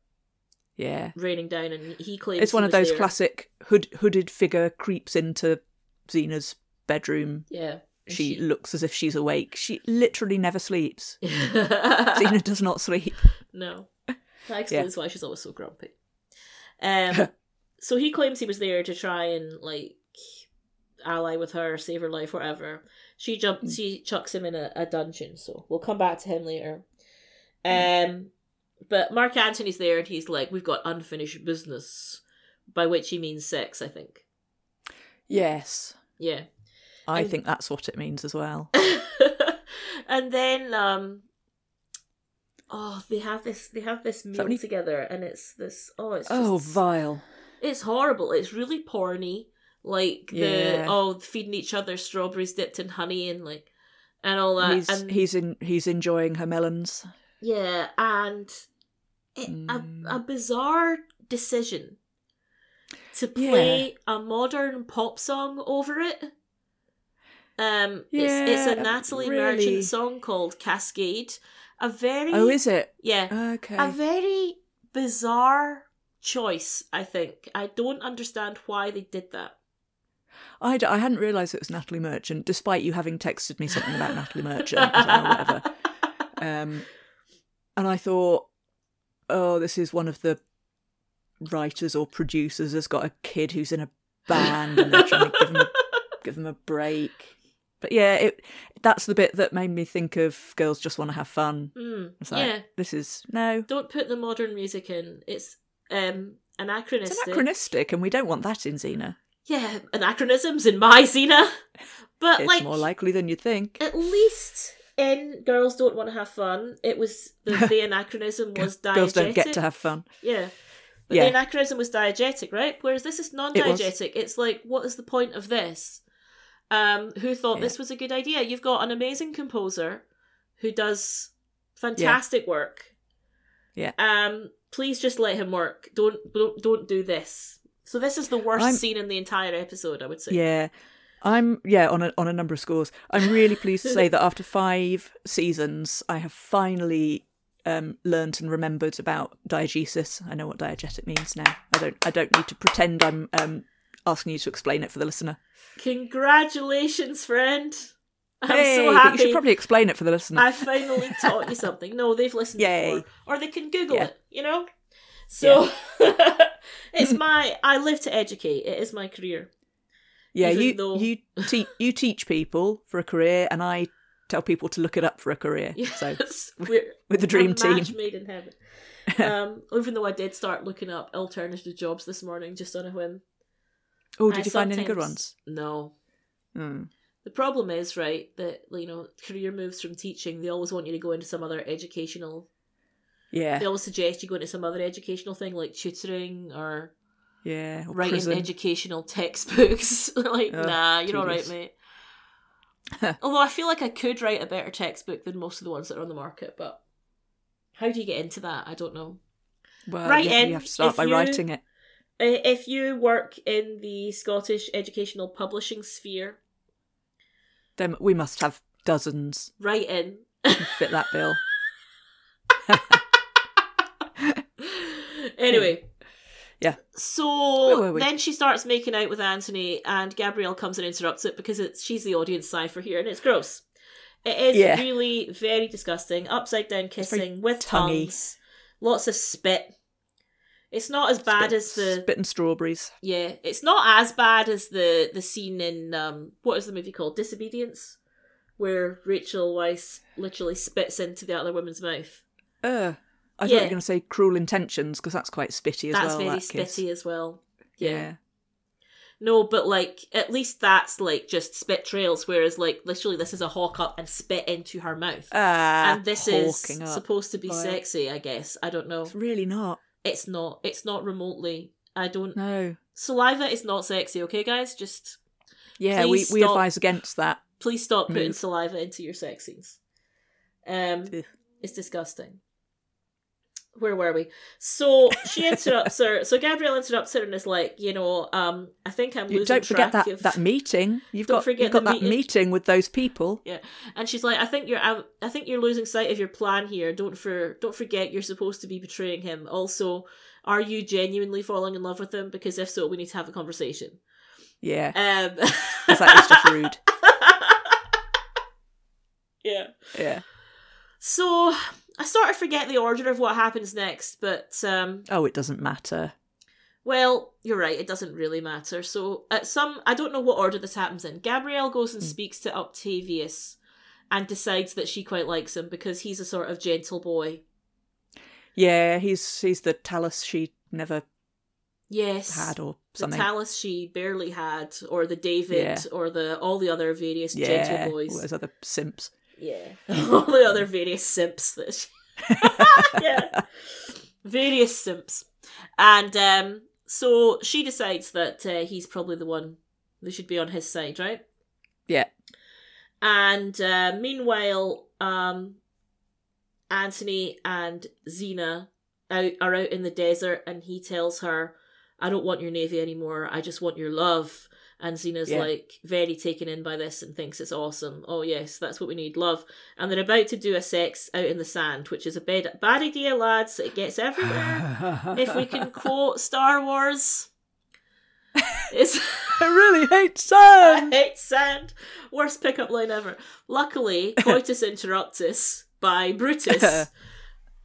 Speaker 1: Yeah.
Speaker 2: raining down, and he claims
Speaker 1: It's one
Speaker 2: he
Speaker 1: of
Speaker 2: was
Speaker 1: those
Speaker 2: there.
Speaker 1: classic hood- hooded figure creeps into Xena's bedroom.
Speaker 2: Yeah. and
Speaker 1: She looks as if she's awake. She literally never sleeps.
Speaker 2: she...
Speaker 1: Xena does not sleep.
Speaker 2: no. That explains why she's always so grumpy. Um, so he claims he was there to try and like ally with her, save her life, whatever. She jumps. She chucks him in a, a dungeon. So we'll come back to him later. Um, but Mark Antony's there, and he's like, "We've got unfinished business," by which he means sex, I think.
Speaker 1: Yes.
Speaker 2: Yeah.
Speaker 1: I
Speaker 2: And-
Speaker 1: think that's what it means as well.
Speaker 2: and then, um, oh, they have this. They have this meal
Speaker 1: that when he-
Speaker 2: together, and it's this. Oh, it's just,
Speaker 1: Oh, vile.
Speaker 2: It's horrible. It's really porny. Like the
Speaker 1: Yeah.
Speaker 2: oh feeding each other strawberries dipped in honey and like and all that.
Speaker 1: he's
Speaker 2: and
Speaker 1: he's in he's enjoying her melons.
Speaker 2: yeah, and it, a
Speaker 1: Mm.
Speaker 2: a bizarre decision to play a modern pop song over it. Um, it's, it's a
Speaker 1: Yeah,
Speaker 2: Natalie
Speaker 1: really.
Speaker 2: Merchant song called Cascade. A very
Speaker 1: Oh, is it?
Speaker 2: yeah,
Speaker 1: Okay.
Speaker 2: a very bizarre choice. I think I don't understand why they did that.
Speaker 1: I, d- I hadn't realised it was Natalie Merchant, despite you having texted me something about Natalie Merchant or whatever. Um, and I thought, oh, this is one of the writers or producers has got a kid who's in a band and they're trying to give him a, give him a break. But yeah, it, that's the bit that made me think of girls just want to have fun.
Speaker 2: Mm,
Speaker 1: It's like,
Speaker 2: yeah,
Speaker 1: this is no,
Speaker 2: don't put the modern music in. It's um anachronistic.
Speaker 1: it's anachronistic, and we don't want that in Xena.
Speaker 2: yeah, anachronisms in my Xena. But
Speaker 1: It's
Speaker 2: like,
Speaker 1: more likely than you think.
Speaker 2: at least in Girls Don't Want to Have Fun, it was the, the anachronism was diegetic.
Speaker 1: Girls don't get to have fun.
Speaker 2: Yeah. But
Speaker 1: Yeah.
Speaker 2: the anachronism was diegetic, right? Whereas this is non diegetic. it's like, what is the point of this? Um, who thought
Speaker 1: Yeah.
Speaker 2: this was a good idea? You've got an amazing composer who does fantastic work.
Speaker 1: Yeah.
Speaker 2: Um, please just let him work. Don't don't don't do this. So this is the worst
Speaker 1: I'm-
Speaker 2: scene in the entire episode, I would say.
Speaker 1: Yeah. I'm yeah on a on a number of scores. I'm really pleased to say that after five seasons, I have finally um, learnt and remembered about diegesis. I know what diegetic means now. I don't I don't need to pretend I'm um, asking you to explain it for the listener.
Speaker 2: Congratulations, friend. I'm
Speaker 1: Hey,
Speaker 2: so
Speaker 1: but
Speaker 2: happy.
Speaker 1: you should probably explain it for the listener.
Speaker 2: I finally taught you something. No, they've listened
Speaker 1: Yay.
Speaker 2: before. Or they can Google
Speaker 1: Yeah.
Speaker 2: it, you know? So it's my I live to educate. It is my career.
Speaker 1: yeah,
Speaker 2: even
Speaker 1: you
Speaker 2: though-
Speaker 1: you te- you teach people for a career, and I tell people to look it up for a career. So
Speaker 2: Yes. We're
Speaker 1: with the dream
Speaker 2: a match
Speaker 1: team,
Speaker 2: made in heaven. Um, even though I did start looking up alternative jobs this morning just on a whim.
Speaker 1: oh,
Speaker 2: I
Speaker 1: did you find any good
Speaker 2: sometimes-
Speaker 1: ones?
Speaker 2: No.
Speaker 1: Hmm.
Speaker 2: The problem is, right, that you know, career moves from teaching, they always want you to go into some other educational
Speaker 1: Yeah,
Speaker 2: they always suggest you go into some other educational thing like tutoring or
Speaker 1: yeah. or
Speaker 2: writing
Speaker 1: prison.
Speaker 2: educational textbooks. like,
Speaker 1: Ugh,
Speaker 2: nah, you're all right,
Speaker 1: tedious.
Speaker 2: mate. Although I feel like I could write a better textbook than most of the ones that are on the market, but how do you get into that? I don't know.
Speaker 1: Well,
Speaker 2: Right,
Speaker 1: yeah,
Speaker 2: Em,
Speaker 1: you have to start
Speaker 2: if
Speaker 1: by
Speaker 2: you-
Speaker 1: writing it.
Speaker 2: I- If you work in the Scottish educational publishing sphere,
Speaker 1: Then we must have dozens.
Speaker 2: write in.
Speaker 1: Fit that bill.
Speaker 2: anyway.
Speaker 1: Yeah. Where
Speaker 2: So
Speaker 1: were we?
Speaker 2: then she starts making out with Anthony, and Gabrielle comes and interrupts it because it's she's the audience cipher here, and it's gross. It is
Speaker 1: Yeah.
Speaker 2: really very disgusting. Upside down
Speaker 1: very
Speaker 2: kissing with
Speaker 1: tonguey.
Speaker 2: tongues, lots of spit. It's not as bad
Speaker 1: Spit-
Speaker 2: as the
Speaker 1: spit and strawberries.
Speaker 2: yeah. It's not as bad as the the scene in um what is the movie called Disobedience, where Rachel Weisz literally spits into the other woman's mouth.
Speaker 1: Uh, I thought you
Speaker 2: Yeah.
Speaker 1: were going to say cruel intentions because that's quite spitty as
Speaker 2: That's
Speaker 1: well.
Speaker 2: very
Speaker 1: that kiss.
Speaker 2: spitty as well.
Speaker 1: Yeah.
Speaker 2: No, but like at least that's like just spit trails, whereas like literally this is a hawk up and spit into her mouth.
Speaker 1: Ah,
Speaker 2: and this is
Speaker 1: hawking up.
Speaker 2: supposed to be
Speaker 1: Vile.
Speaker 2: sexy, I guess. I don't know.
Speaker 1: It's really not.
Speaker 2: It's not. It's not remotely. I don't.
Speaker 1: No.
Speaker 2: Saliva is not sexy, okay, guys? Just
Speaker 1: Yeah,
Speaker 2: Please
Speaker 1: we, we
Speaker 2: stop.
Speaker 1: advise against that.
Speaker 2: please stop putting
Speaker 1: Move.
Speaker 2: saliva into your sex scenes. Um,
Speaker 1: Ugh.
Speaker 2: it's disgusting. Where were we? So she interrupts her. So Gabrielle interrupts her and is like, you know, um, I think I'm
Speaker 1: You
Speaker 2: losing
Speaker 1: don't forget
Speaker 2: track
Speaker 1: that,
Speaker 2: of
Speaker 1: that meeting. You've
Speaker 2: Don't
Speaker 1: got
Speaker 2: forget
Speaker 1: you've got
Speaker 2: the
Speaker 1: that meeting.
Speaker 2: meeting.
Speaker 1: with those people.
Speaker 2: and she's like, "I think you're, out I think you're losing sight of your plan here. Don't for, don't forget you're supposed to be betraying him. Also, are you genuinely falling in love with him? Because if so, we need to have a conversation."
Speaker 1: Yeah,
Speaker 2: Um,
Speaker 1: 'cause that is just rude.
Speaker 2: yeah.
Speaker 1: Yeah.
Speaker 2: So I sort of forget the order of what happens next, but um,
Speaker 1: Oh, it doesn't matter.
Speaker 2: Well, you're right, it doesn't really matter. So, at some, I don't know what order this happens in. Gabrielle goes and
Speaker 1: Hmm.
Speaker 2: speaks to Octavius and decides that she quite likes him because he's a sort of gentle boy.
Speaker 1: Yeah, he's he's the talus she never
Speaker 2: Yes.
Speaker 1: had or
Speaker 2: the
Speaker 1: something.
Speaker 2: Talus she barely had, or the David,
Speaker 1: Yeah.
Speaker 2: or the all the other various
Speaker 1: yeah,
Speaker 2: gentle
Speaker 1: all
Speaker 2: boys.
Speaker 1: those other simps.
Speaker 2: Yeah. all the other various simps that she yeah. Various simps. And um, so she decides that uh, he's probably the one that should be on his side, right?
Speaker 1: Yeah.
Speaker 2: And uh, meanwhile, um, Anthony and Xena out, are out in the desert, and he tells her I don't want your navy anymore. I just want your love. And Xena's
Speaker 1: Yeah.
Speaker 2: like very taken in by this and thinks it's awesome. Oh yes, that's what we need, love. And they're about to do a sex out in the sand, which is a bad, bad idea, lads. It gets everywhere. if we can quote Star Wars, it's
Speaker 1: I really hate
Speaker 2: I
Speaker 1: sand.
Speaker 2: hate sand. Worst pickup line ever. Luckily, coitus interruptus by Brutus.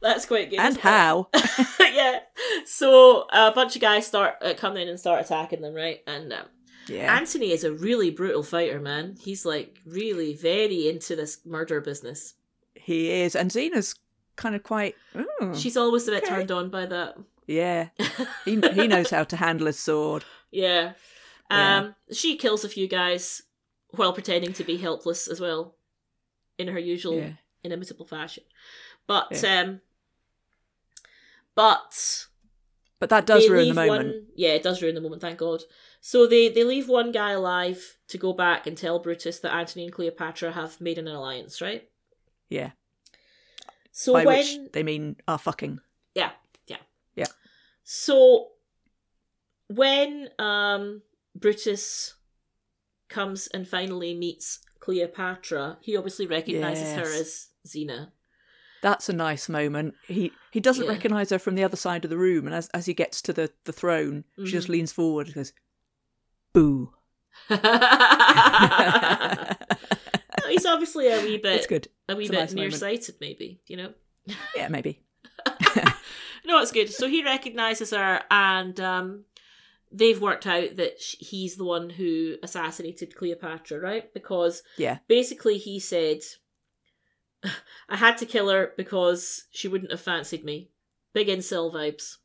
Speaker 2: That's quite good.
Speaker 1: and
Speaker 2: isn't it?
Speaker 1: how?
Speaker 2: yeah. So a bunch of guys start uh, come in and start attacking them, right? And um,
Speaker 1: Yeah.
Speaker 2: Anthony is a really brutal fighter, man. He's like really very into this murder business.
Speaker 1: he is. And Xena's kind of quite. mm,
Speaker 2: She's always a bit
Speaker 1: Okay.
Speaker 2: turned on by that.
Speaker 1: yeah. He, he knows how to handle his sword.
Speaker 2: Yeah.
Speaker 1: Yeah.
Speaker 2: Um, she kills a few guys while pretending to be helpless as well, in her usual
Speaker 1: Yeah.
Speaker 2: inimitable fashion. But um, but
Speaker 1: But that does
Speaker 2: they
Speaker 1: ruin the
Speaker 2: leave
Speaker 1: moment.
Speaker 2: One, yeah, it does ruin the moment. Thank God. So they they leave one guy alive to go back and tell Brutus that Antony and Cleopatra have made an alliance, right?
Speaker 1: Yeah.
Speaker 2: So
Speaker 1: by
Speaker 2: when
Speaker 1: which they mean are fucking.
Speaker 2: So when um Brutus comes and finally meets Cleopatra, he obviously recognizes her
Speaker 1: Yes.
Speaker 2: as Xena.
Speaker 1: That's a nice moment. He he doesn't
Speaker 2: Yeah.
Speaker 1: recognise her from the other side of the room, and as, as he gets to the, the throne, she just
Speaker 2: Mm-hmm.
Speaker 1: leans forward and goes, "Boo."
Speaker 2: No, he's obviously a wee
Speaker 1: it's
Speaker 2: bit
Speaker 1: good.
Speaker 2: a wee
Speaker 1: It's a
Speaker 2: bit
Speaker 1: nice moment.
Speaker 2: nearsighted maybe, you know.
Speaker 1: Yeah, maybe.
Speaker 2: No, it's good. So he recognizes her and um they've worked out that sh- he's the one who assassinated Cleopatra, right? Because
Speaker 1: Yeah.
Speaker 2: basically he said i had to kill her because she wouldn't have fancied me big incel vibes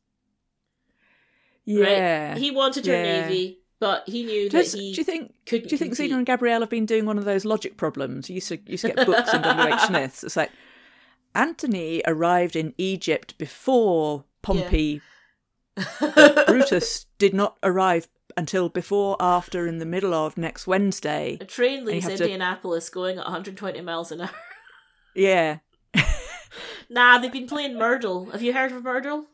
Speaker 1: Yeah.
Speaker 2: right he wanted her
Speaker 1: Yeah.
Speaker 2: navy but he knew
Speaker 1: Does-
Speaker 2: that
Speaker 1: do
Speaker 2: he
Speaker 1: you think
Speaker 2: couldn't
Speaker 1: do you think
Speaker 2: compete.
Speaker 1: Zena and Gabrielle have been doing one of those logic problems? You used to, you used to get books in W.H. Smith's. It's like Antony arrived in Egypt before Pompey. Brutus did not arrive until before, after, in the middle of next Wednesday.
Speaker 2: a train
Speaker 1: you
Speaker 2: leaves
Speaker 1: have to-
Speaker 2: indianapolis going at 120 miles an hour
Speaker 1: Yeah.
Speaker 2: nah they've been playing myrtle have you heard of myrtle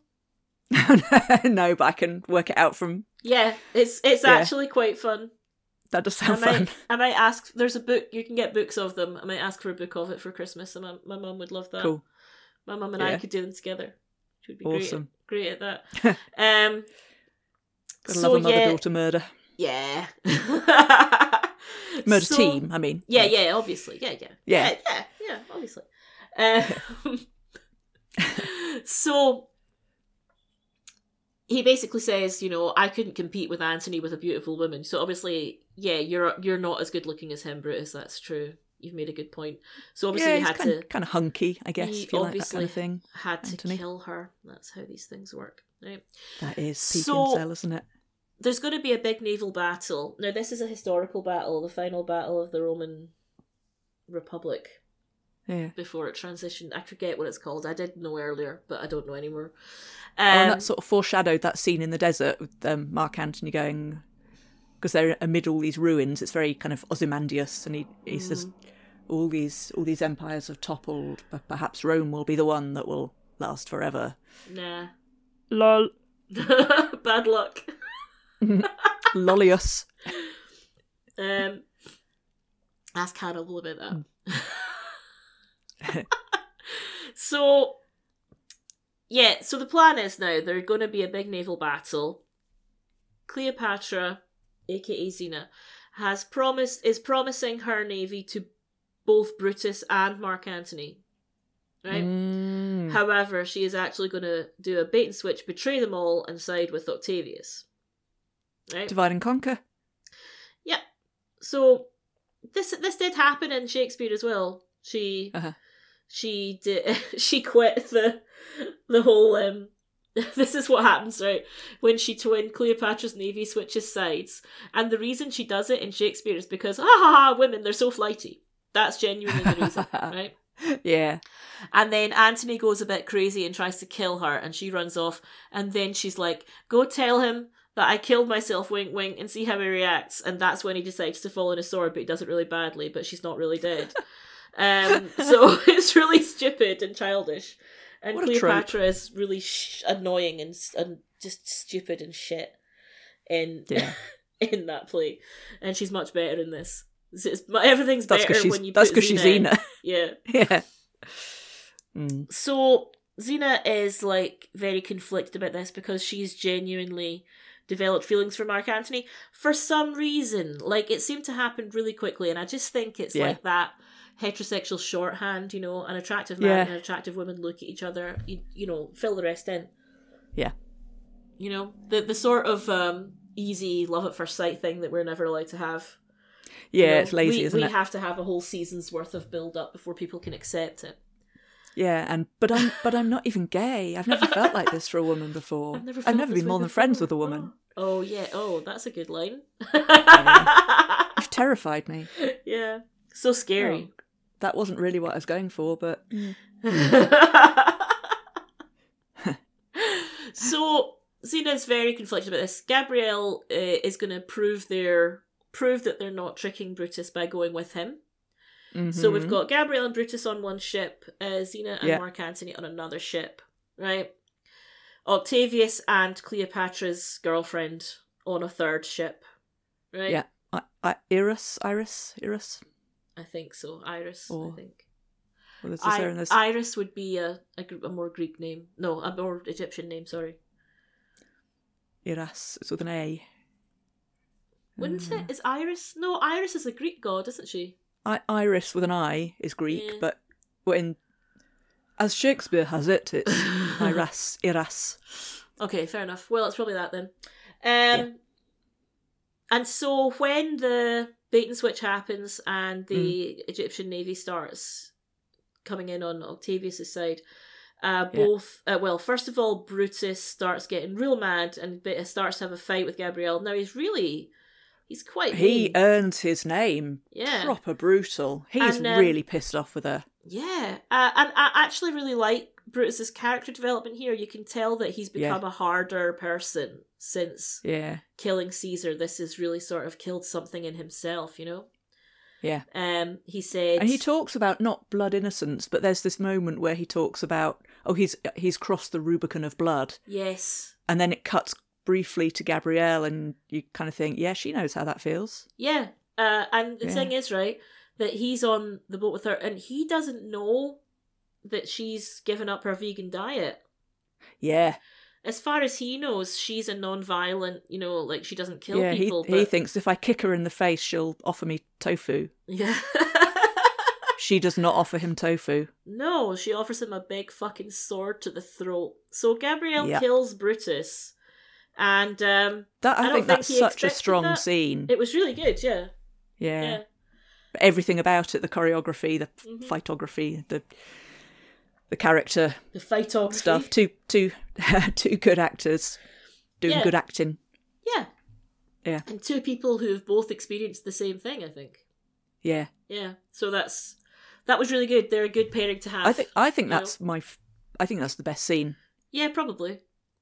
Speaker 1: no, but I can work it out from.
Speaker 2: yeah it's it's
Speaker 1: Yeah.
Speaker 2: actually quite fun
Speaker 1: That does
Speaker 2: I
Speaker 1: sound fun.
Speaker 2: might, I might ask. There's a book you can get books of them. I might ask for a book of it for Christmas, and my my mum would love that.
Speaker 1: Cool.
Speaker 2: My mum and I
Speaker 1: Yeah.
Speaker 2: could do them together. She would be
Speaker 1: Awesome.
Speaker 2: great, at- great at that. um,
Speaker 1: Gotta
Speaker 2: so
Speaker 1: love another
Speaker 2: yeah,
Speaker 1: daughter murder.
Speaker 2: yeah,
Speaker 1: Murder
Speaker 2: So-
Speaker 1: team, I mean.
Speaker 2: Yeah, yeah, obviously, yeah, yeah,
Speaker 1: Yeah.
Speaker 2: yeah, yeah, yeah, obviously. Um, so he basically says, you know, I couldn't compete with Antony with a beautiful woman. So obviously, yeah, you're you're not as good looking as him, Brutus. That's true. You've made a good point. So obviously,
Speaker 1: yeah,
Speaker 2: you
Speaker 1: he's
Speaker 2: had
Speaker 1: kind,
Speaker 2: to
Speaker 1: kind of hunky, I guess,
Speaker 2: He
Speaker 1: if you like that kind
Speaker 2: obviously-
Speaker 1: of thing.
Speaker 2: had to
Speaker 1: Antony.
Speaker 2: kill her. That's how these things work, right?
Speaker 1: That is peak
Speaker 2: So-
Speaker 1: incel, isn't it?
Speaker 2: there's going to be a big naval battle. Now, this is a historical battle, the final battle of the Roman Republic
Speaker 1: Yeah.
Speaker 2: before it transitioned. I forget what it's called. I did know earlier, but I don't know anymore.
Speaker 1: oh,
Speaker 2: Um,
Speaker 1: and that sort of foreshadowed that scene in the desert with um, Mark Antony going because they're amid all these ruins. It's very kind of Ozymandias, and he he
Speaker 2: Mm.
Speaker 1: says all these all these empires have toppled, but perhaps Rome will be the one that will last forever.
Speaker 2: nah,
Speaker 1: Lol,
Speaker 2: bad luck.
Speaker 1: lollius.
Speaker 2: Um, ask Hannibal about that. so, yeah, so the plan is now there's going to be a big naval battle. Cleopatra, aka Xena, has promised is promising her navy to both Brutus and Mark Antony. Right?
Speaker 1: Mm.
Speaker 2: However, she is actually going to do a bait and switch, betray them all, and side with Octavius. Right?
Speaker 1: Divide and conquer.
Speaker 2: so this this did happen in Shakespeare as well. She
Speaker 1: Uh-huh.
Speaker 2: she did she quit the the whole um this is what happens right when she twin Cleopatra's navy switches sides and the reason she does it in Shakespeare is because ah ha, ha women they're so flighty that's genuinely the reason right
Speaker 1: Yeah.
Speaker 2: and then Antony goes a bit crazy and tries to kill her, and she runs off. And then she's like, Go tell him that I killed myself, wink, wink, and see how he reacts. And that's when he decides to fall on his sword, but he does it really badly, but she's not really dead. um, so it's really stupid and childish. And
Speaker 1: What a trope.
Speaker 2: Cleopatra is really sh- annoying and, s- and just stupid and shit. in
Speaker 1: Yeah.
Speaker 2: in that play, and she's much better in this. It's, it's- everything's
Speaker 1: That's because
Speaker 2: better
Speaker 1: she's
Speaker 2: when you
Speaker 1: that's
Speaker 2: put
Speaker 1: because she's
Speaker 2: Xena in.
Speaker 1: Xena.
Speaker 2: Yeah.
Speaker 1: yeah. Mm.
Speaker 2: So Xena is like very conflicted about this because she's genuinely developed feelings for Mark Antony for some reason. Like it seemed to happen really quickly, and I just think it's
Speaker 1: Yeah.
Speaker 2: like that heterosexual shorthand, you know, an attractive man
Speaker 1: Yeah.
Speaker 2: and an attractive woman look at each other, you, you know, fill the rest in.
Speaker 1: Yeah.
Speaker 2: You know, the the sort of um easy love at first sight thing that we're never allowed to have. you
Speaker 1: Yeah,
Speaker 2: know.
Speaker 1: it's lazy,
Speaker 2: we,
Speaker 1: isn't
Speaker 2: we
Speaker 1: it?
Speaker 2: have to have a whole season's worth of build up before people can accept it.
Speaker 1: yeah, and but I'm but I'm not even gay. I've never felt like this for a woman before.
Speaker 2: I've never, felt this
Speaker 1: been
Speaker 2: way
Speaker 1: more than friends
Speaker 2: before.
Speaker 1: with a woman.
Speaker 2: Oh. yeah. Oh, that's a good line.
Speaker 1: You've terrified me.
Speaker 2: yeah. So scary.
Speaker 1: That wasn't really what I was going for, but Oh.
Speaker 2: so Xena's very conflicted about this. Gabrielle uh, is going to prove their prove that they're not tricking Brutus by going with him. Mm. So we've
Speaker 1: Mhm.
Speaker 2: got Gabrielle and Brutus on one ship, uh, Xena and
Speaker 1: Yeah.
Speaker 2: Mark Antony on another ship, right? Octavius and Cleopatra's girlfriend on a third ship, right?
Speaker 1: Yeah. I, I, Iris, Iris, Iris.
Speaker 2: I think so. Iris,
Speaker 1: Or-
Speaker 2: I think.
Speaker 1: What Oh. is this
Speaker 2: I-
Speaker 1: there in this?
Speaker 2: Iris would be a, a gr- a more Greek name. No, a more Egyptian name. Sorry,
Speaker 1: Iras. It's with an A. Mm.
Speaker 2: wouldn't it? Is Iris? No, Iris is a Greek god, isn't she?
Speaker 1: I, Iris with an I is Greek,
Speaker 2: Yeah.
Speaker 1: but well, in as Shakespeare has it, it's Iras, Iras.
Speaker 2: Okay, fair enough. Well, it's probably that then. Um, And so when the bait and switch happens and
Speaker 1: Hmm.
Speaker 2: the Egyptian navy starts coming in on Octavius's side, uh,
Speaker 1: Yeah.
Speaker 2: both uh, well, first of all, Brutus starts getting real mad and bit- starts to have a fight with Gabrielle. Now he's really, he's quite
Speaker 1: He
Speaker 2: mean.
Speaker 1: earns his name.
Speaker 2: yeah,
Speaker 1: Proper brutal. He is
Speaker 2: And, um,
Speaker 1: really pissed off with her.
Speaker 2: yeah. Uh, and I actually really like Brutus's character development here. You can tell that he's
Speaker 1: Yeah.
Speaker 2: become a harder person since
Speaker 1: Yeah,
Speaker 2: killing Caesar, this has really sort of killed something in himself, you know?
Speaker 1: yeah.
Speaker 2: Um, he said,
Speaker 1: And he talks about not blood innocence, but there's this moment where he talks about oh he's he's crossed the Rubicon of blood,
Speaker 2: yes,
Speaker 1: and then it cuts briefly to Gabrielle, and you kind of think yeah she knows how that feels.
Speaker 2: yeah. Uh, and the
Speaker 1: Yeah.
Speaker 2: thing is, right, that he's on the boat with her and he doesn't know that she's given up her vegan diet.
Speaker 1: Yeah,
Speaker 2: As far as he knows, she's a non violent, you know, like she doesn't kill
Speaker 1: yeah.
Speaker 2: people.
Speaker 1: he
Speaker 2: but...
Speaker 1: he thinks if I kick her in the face, she'll offer me tofu.
Speaker 2: Yeah.
Speaker 1: She does not offer him tofu.
Speaker 2: no, she offers him a big fucking sword to the throat. So Gabrielle
Speaker 1: Yeah.
Speaker 2: kills Brutus and um,
Speaker 1: That I,
Speaker 2: I don't
Speaker 1: think
Speaker 2: think
Speaker 1: that's
Speaker 2: he
Speaker 1: such a
Speaker 2: expected
Speaker 1: strong
Speaker 2: that.
Speaker 1: scene.
Speaker 2: it was really good, yeah.
Speaker 1: yeah.
Speaker 2: yeah.
Speaker 1: But everything about it—the choreography, the
Speaker 2: Mhm.
Speaker 1: photography, the the character
Speaker 2: The fight on
Speaker 1: stuff. Two two two good actors doing
Speaker 2: Yeah.
Speaker 1: good acting.
Speaker 2: Yeah.
Speaker 1: Yeah.
Speaker 2: And two people who have both experienced the same thing, I think.
Speaker 1: Yeah,
Speaker 2: Yeah. So that's that was really good. They're a good pairing to have.
Speaker 1: I think I think
Speaker 2: you know.
Speaker 1: that's my. f- I think that's the best scene.
Speaker 2: Yeah, probably.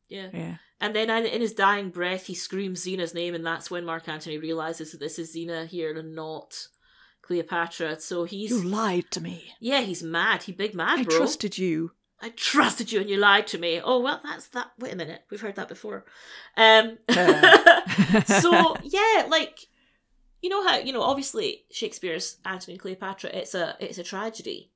Speaker 2: Yeah.
Speaker 1: Yeah,
Speaker 2: And then in in his dying breath, he screams Xena's name, and that's when Mark Antony realizes that this is Xena here and not Cleopatra. So he's
Speaker 1: you lied to me.
Speaker 2: yeah, he's mad. He big mad,
Speaker 1: I
Speaker 2: bro.
Speaker 1: trusted you.
Speaker 2: I trusted you and you lied to me. Oh well, that's that. Wait a minute, we've heard that before. Um,
Speaker 1: Yeah.
Speaker 2: so yeah, like you know how you know obviously Shakespeare's Antony and Cleopatra. It's a it's a tragedy.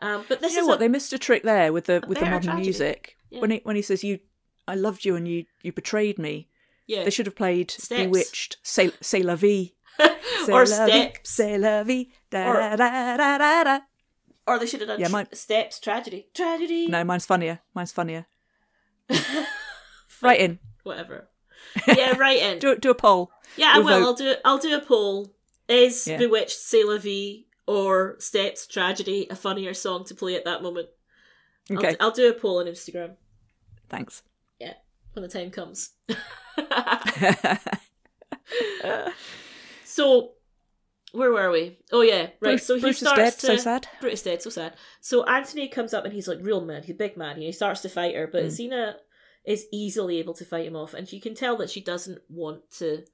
Speaker 2: Um, but this
Speaker 1: you know
Speaker 2: is
Speaker 1: what?
Speaker 2: a,
Speaker 1: They missed a trick there with the
Speaker 2: a
Speaker 1: with the
Speaker 2: better
Speaker 1: modern
Speaker 2: tragedy.
Speaker 1: music.
Speaker 2: Yeah.
Speaker 1: When he when he says you, I loved you and you you betrayed me.
Speaker 2: yeah
Speaker 1: They should have played
Speaker 2: Steps.
Speaker 1: Bewitched, say say la vie, C'est
Speaker 2: or
Speaker 1: la vie,
Speaker 2: steps
Speaker 1: c'est la vie, da, da,
Speaker 2: Or-
Speaker 1: da, da, da, da.
Speaker 2: or they should have done
Speaker 1: Yeah,
Speaker 2: tr-
Speaker 1: mine-
Speaker 2: steps tragedy tragedy
Speaker 1: No, mine's funnier. Mine's funnier. Right in.
Speaker 2: whatever. Yeah, right in.
Speaker 1: Do do a poll.
Speaker 2: Yeah, I
Speaker 1: We'll
Speaker 2: will.
Speaker 1: vote.
Speaker 2: I'll do. I'll do a poll. Is
Speaker 1: Yeah.
Speaker 2: Bewitched "C'est la Vie" or Steps "Tragedy" a funnier song to play at that moment?
Speaker 1: Okay,
Speaker 2: I'll, I'll do a poll on Instagram
Speaker 1: thanks.
Speaker 2: when the time comes. so, where were we? Oh yeah, right.
Speaker 1: Bruce-
Speaker 2: so he
Speaker 1: Bruce is
Speaker 2: starts
Speaker 1: dead,
Speaker 2: to.
Speaker 1: so sad.
Speaker 2: Brutus dead, so sad. So Antony comes up and he's like real mad. He's a big man. He starts to fight her, but
Speaker 1: Mm.
Speaker 2: Xena is easily able to fight him off, and you can tell that she doesn't want to.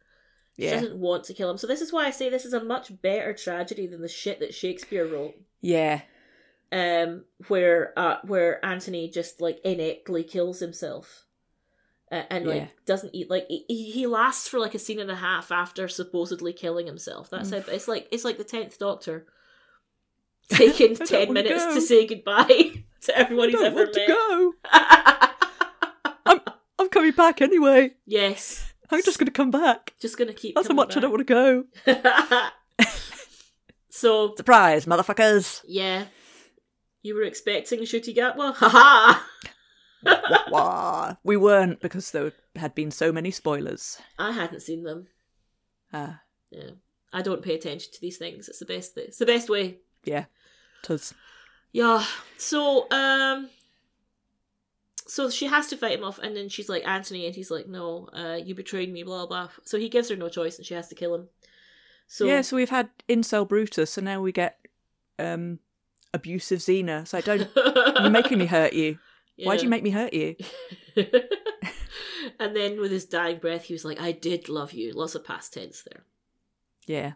Speaker 2: She
Speaker 1: Yeah,
Speaker 2: doesn't want to kill him. So this is why I say this is a much better tragedy than the shit that Shakespeare wrote.
Speaker 1: yeah,
Speaker 2: um, where uh, where Antony just like ineptly kills himself. uh, and like
Speaker 1: Yeah.
Speaker 2: doesn't eat like he, he lasts for like a scene and a half after supposedly killing himself that's
Speaker 1: Mm.
Speaker 2: how it's like it's like the 10th doctor taking
Speaker 1: don't
Speaker 2: 10
Speaker 1: wanna
Speaker 2: minutes
Speaker 1: go.
Speaker 2: to say goodbye to everyone he's
Speaker 1: Don't
Speaker 2: ever
Speaker 1: want to
Speaker 2: met
Speaker 1: go. I'm coming back anyway.
Speaker 2: yes
Speaker 1: I'm just going to come back.
Speaker 2: just gonna keep
Speaker 1: That's how much I don't want to go.
Speaker 2: want so
Speaker 1: Surprise, motherfuckers.
Speaker 2: yeah you were expecting shooty gatwa haha
Speaker 1: Wah, wah. We weren't because there had been so many spoilers.
Speaker 2: i hadn't seen them
Speaker 1: Uh,
Speaker 2: yeah i don't pay attention to these things it's the best it's the best way
Speaker 1: yeah, 'tis.
Speaker 2: Yeah. So, um, so she has to fight him off, and then she's like Anthony, and he's like, "No, uh, you betrayed me." Blah blah. So he gives her no choice, and she has to kill him. So
Speaker 1: yeah, so we've had incel Brutus, and now we get um, abusive Xena. So I don't. You're making me hurt you. Why do you make me hurt you?
Speaker 2: make? and then with his dying breath, he was like, "I did love you." Lots of past tense there.
Speaker 1: Yeah.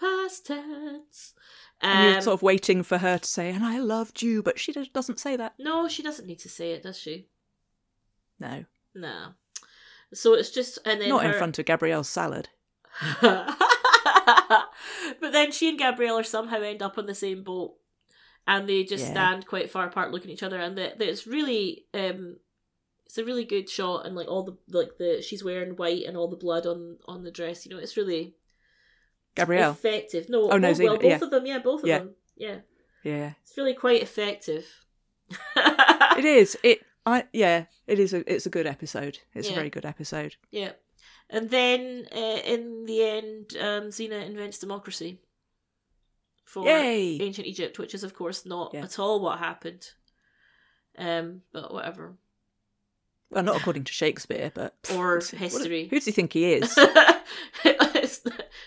Speaker 2: Past tense.
Speaker 1: And
Speaker 2: Um,
Speaker 1: you're sort of waiting for her to say, and I loved you, but she does- doesn't say that.
Speaker 2: No, she doesn't need to say it, does she?
Speaker 1: No.
Speaker 2: Nah. So it's just and then
Speaker 1: Not in
Speaker 2: her-
Speaker 1: front of Gabrielle's salad.
Speaker 2: but then she and Gabrielle are somehow end up on the same boat, and they just
Speaker 1: Yeah.
Speaker 2: stand quite far apart, looking at each other, and that that it's really um, it's a really good shot, and like all the like the she's wearing white and all the blood on on the dress, you know, it's really
Speaker 1: Gabrielle.
Speaker 2: effective. No,
Speaker 1: Oh,
Speaker 2: oh,
Speaker 1: no,
Speaker 2: well,
Speaker 1: Zena,
Speaker 2: both
Speaker 1: yeah.
Speaker 2: of them, yeah, both of
Speaker 1: Yeah.
Speaker 2: them, yeah,
Speaker 1: Yeah.
Speaker 2: it's really quite effective.
Speaker 1: It is. It. I. Yeah. It is. A, it's a good episode. It's
Speaker 2: Yeah.
Speaker 1: a very good episode.
Speaker 2: yeah, and then uh, in the end, um, Xena invents democracy. For
Speaker 1: Yay.
Speaker 2: ancient Egypt, which is of course not
Speaker 1: Yeah.
Speaker 2: at all what happened. Um, but whatever.
Speaker 1: Well, not according to Shakespeare, but
Speaker 2: Or
Speaker 1: what's- what-
Speaker 2: history.
Speaker 1: who does he think he is?
Speaker 2: it's,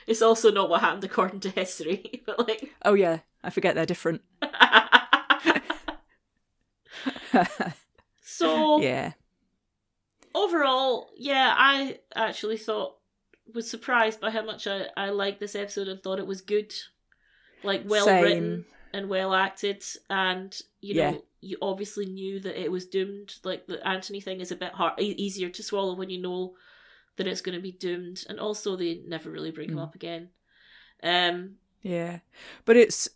Speaker 2: it's also not what happened according to history, but like
Speaker 1: oh yeah, I forget they're different.
Speaker 2: so
Speaker 1: yeah.
Speaker 2: overall, yeah, I actually thought was surprised by how much I, I liked this episode and thought it was good. Like well
Speaker 1: Same.
Speaker 2: written and well acted and you
Speaker 1: Yeah.
Speaker 2: know you obviously knew that it was doomed like the Anthony thing is a bit hard e- easier to swallow when you know that it's going to be doomed and also they never really bring him
Speaker 1: Mm.
Speaker 2: up again. Um
Speaker 1: Yeah. But it's.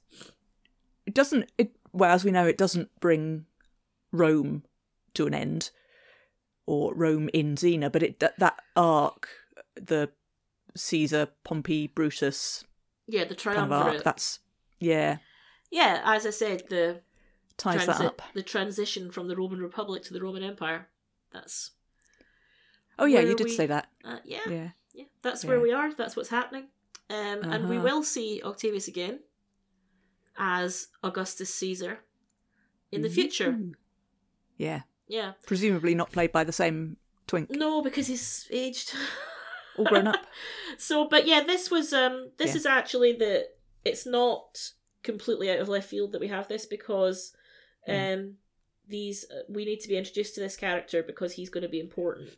Speaker 1: It doesn't. It well as we know, it doesn't bring Rome to an end, or Rome in Xena, but it that, that arc, the Caesar, Pompey, Brutus
Speaker 2: yeah, the
Speaker 1: kind of
Speaker 2: triumvirate.
Speaker 1: arc. That's yeah.
Speaker 2: yeah, as I said, the
Speaker 1: Ties that
Speaker 2: transi-
Speaker 1: up.
Speaker 2: the transition from the Roman Republic to the Roman Empire. That's
Speaker 1: Oh yeah,
Speaker 2: where
Speaker 1: you did
Speaker 2: we-
Speaker 1: say that.
Speaker 2: uh, yeah.
Speaker 1: Yeah.
Speaker 2: yeah, that's where
Speaker 1: Yeah.
Speaker 2: we are. That's what's happening. Um, And we
Speaker 1: Uh-huh.
Speaker 2: will see Octavius again as Augustus Caesar in
Speaker 1: Mm.
Speaker 2: the future.
Speaker 1: Ooh. Yeah.
Speaker 2: Yeah.
Speaker 1: Presumably not played by the same twink.
Speaker 2: No, because he's aged.
Speaker 1: All grown up.
Speaker 2: so, but yeah, this was um this
Speaker 1: Yeah.
Speaker 2: is actually the it's not completely out of left field that we have this because
Speaker 1: Hmm.
Speaker 2: um these uh, we need to be introduced to this character because he's going to be important.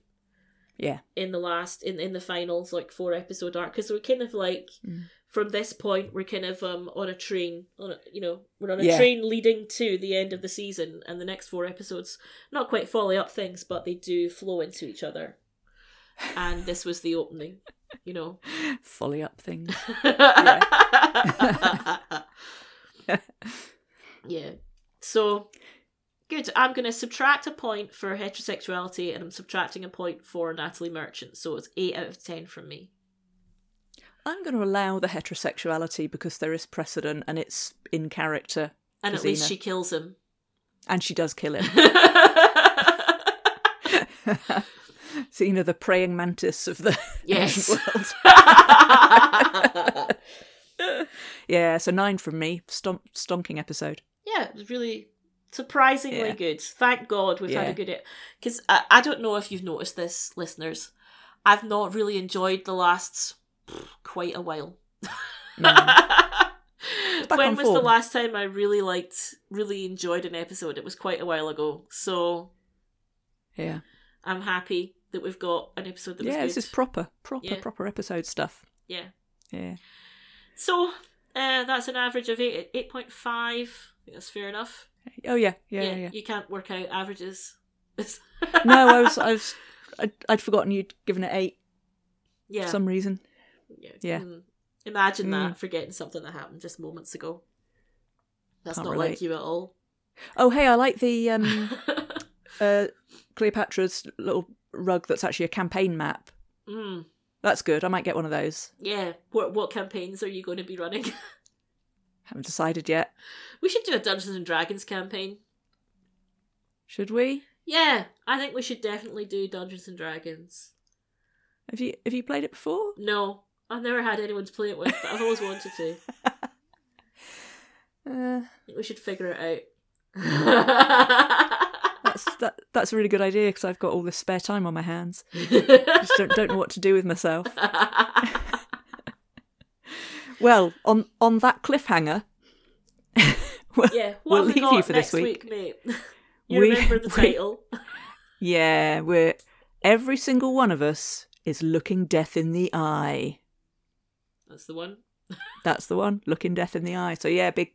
Speaker 1: Yeah.
Speaker 2: in the last in in the finals like four episode arc because we're kind of like
Speaker 1: Mm.
Speaker 2: from this point we're kind of um on a train on a, you know we're on a
Speaker 1: Yeah.
Speaker 2: train leading to the end of the season and the next four episodes not quite follow up things but they do flow into each other and this was the opening you know
Speaker 1: Folly up things.
Speaker 2: yeah, so good i'm going to subtract a point for heterosexuality and i'm subtracting a point for natalie merchant so it's 8 out of 10 from me
Speaker 1: I'm going to allow the heterosexuality because there is precedent and it's in character,
Speaker 2: And at
Speaker 1: for
Speaker 2: least
Speaker 1: Xena.
Speaker 2: she kills him.
Speaker 1: and she does kill him. so you know the praying mantis of the
Speaker 2: yes.
Speaker 1: ancient world. Yeah. So nine from me. Stomp- stonking episode.
Speaker 2: yeah, it was really surprisingly
Speaker 1: Yeah.
Speaker 2: good. Thank God we've had a
Speaker 1: Yeah.
Speaker 2: good because I, I don't know if you've noticed this, listeners. I've not really enjoyed the last pff, quite a while.
Speaker 1: Mm. back
Speaker 2: when
Speaker 1: on
Speaker 2: was the
Speaker 1: form.
Speaker 2: last time I really liked, really enjoyed an episode? It was quite a while ago. So
Speaker 1: yeah.
Speaker 2: I'm happy that we've got an episode that was
Speaker 1: Yeah.
Speaker 2: good.
Speaker 1: This is proper, proper,
Speaker 2: Yeah.
Speaker 1: proper episode stuff.
Speaker 2: yeah.
Speaker 1: Yeah.
Speaker 2: So uh, that's an average of eight eight point five. I think that's fair enough.
Speaker 1: Oh yeah. Yeah. Yeah. yeah.
Speaker 2: you can't work out averages.
Speaker 1: no, I was, I was I'd, I'd forgotten you'd given it eight
Speaker 2: Yeah.
Speaker 1: for some reason.
Speaker 2: yeah.
Speaker 1: yeah.
Speaker 2: Mm. Imagine
Speaker 1: Mm.
Speaker 2: that, forgetting something that happened just moments ago. That's
Speaker 1: Can't
Speaker 2: not
Speaker 1: relate.
Speaker 2: like you at all.
Speaker 1: Oh, hey, I like the um, uh, Cleopatra's little rug that's actually a campaign map.
Speaker 2: mm.
Speaker 1: That's good. I might get one of those.
Speaker 2: Yeah. What, what campaigns are you going to be running?
Speaker 1: Haven't decided yet.
Speaker 2: we should do a Dungeons and Dragons campaign.
Speaker 1: Should we?
Speaker 2: Yeah, I think we should definitely do Dungeons and Dragons.
Speaker 1: Have you have you played it before?
Speaker 2: No, I've never had anyone to play it with, but I've always wanted to. I
Speaker 1: Uh,
Speaker 2: think we should figure it out.
Speaker 1: that's that, that's a really good idea because I've got all this spare time on my hands. Just don't, don't know what to do with myself. Well, on on that cliffhanger, well,
Speaker 2: yeah,
Speaker 1: We'll
Speaker 2: what have we
Speaker 1: leave you
Speaker 2: got
Speaker 1: for this
Speaker 2: next
Speaker 1: week.
Speaker 2: mate? You
Speaker 1: We-
Speaker 2: remember the
Speaker 1: we-
Speaker 2: title?
Speaker 1: yeah, we're every single one of us is looking death in the eye.
Speaker 2: That's the one.
Speaker 1: That's the one, looking death in the eye. So yeah, big,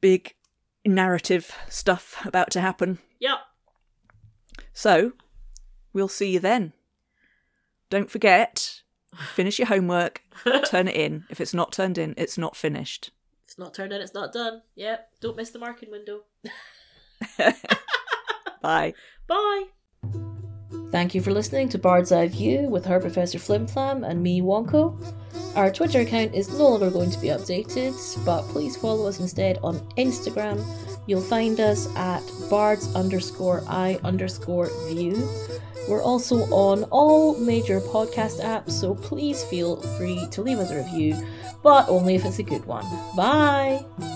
Speaker 1: big narrative stuff about to happen.
Speaker 2: Yep.
Speaker 1: So we'll see you then. Don't forget, finish your homework, turn it in. If it's not turned in, it's not finished.
Speaker 2: It's not turned in, it's not done. Yep. Don't miss the marking window.
Speaker 1: Bye.
Speaker 2: Bye. Thank you for listening to Bard's Eye View with her Professor Flimflam and me, Wonko. Our Twitter account is no longer going to be updated, but please follow us instead on Instagram. You'll find us at bards underscore i underscore view. We're also on all major podcast apps, so please feel free to leave us a review, but only if it's a good one. Bye!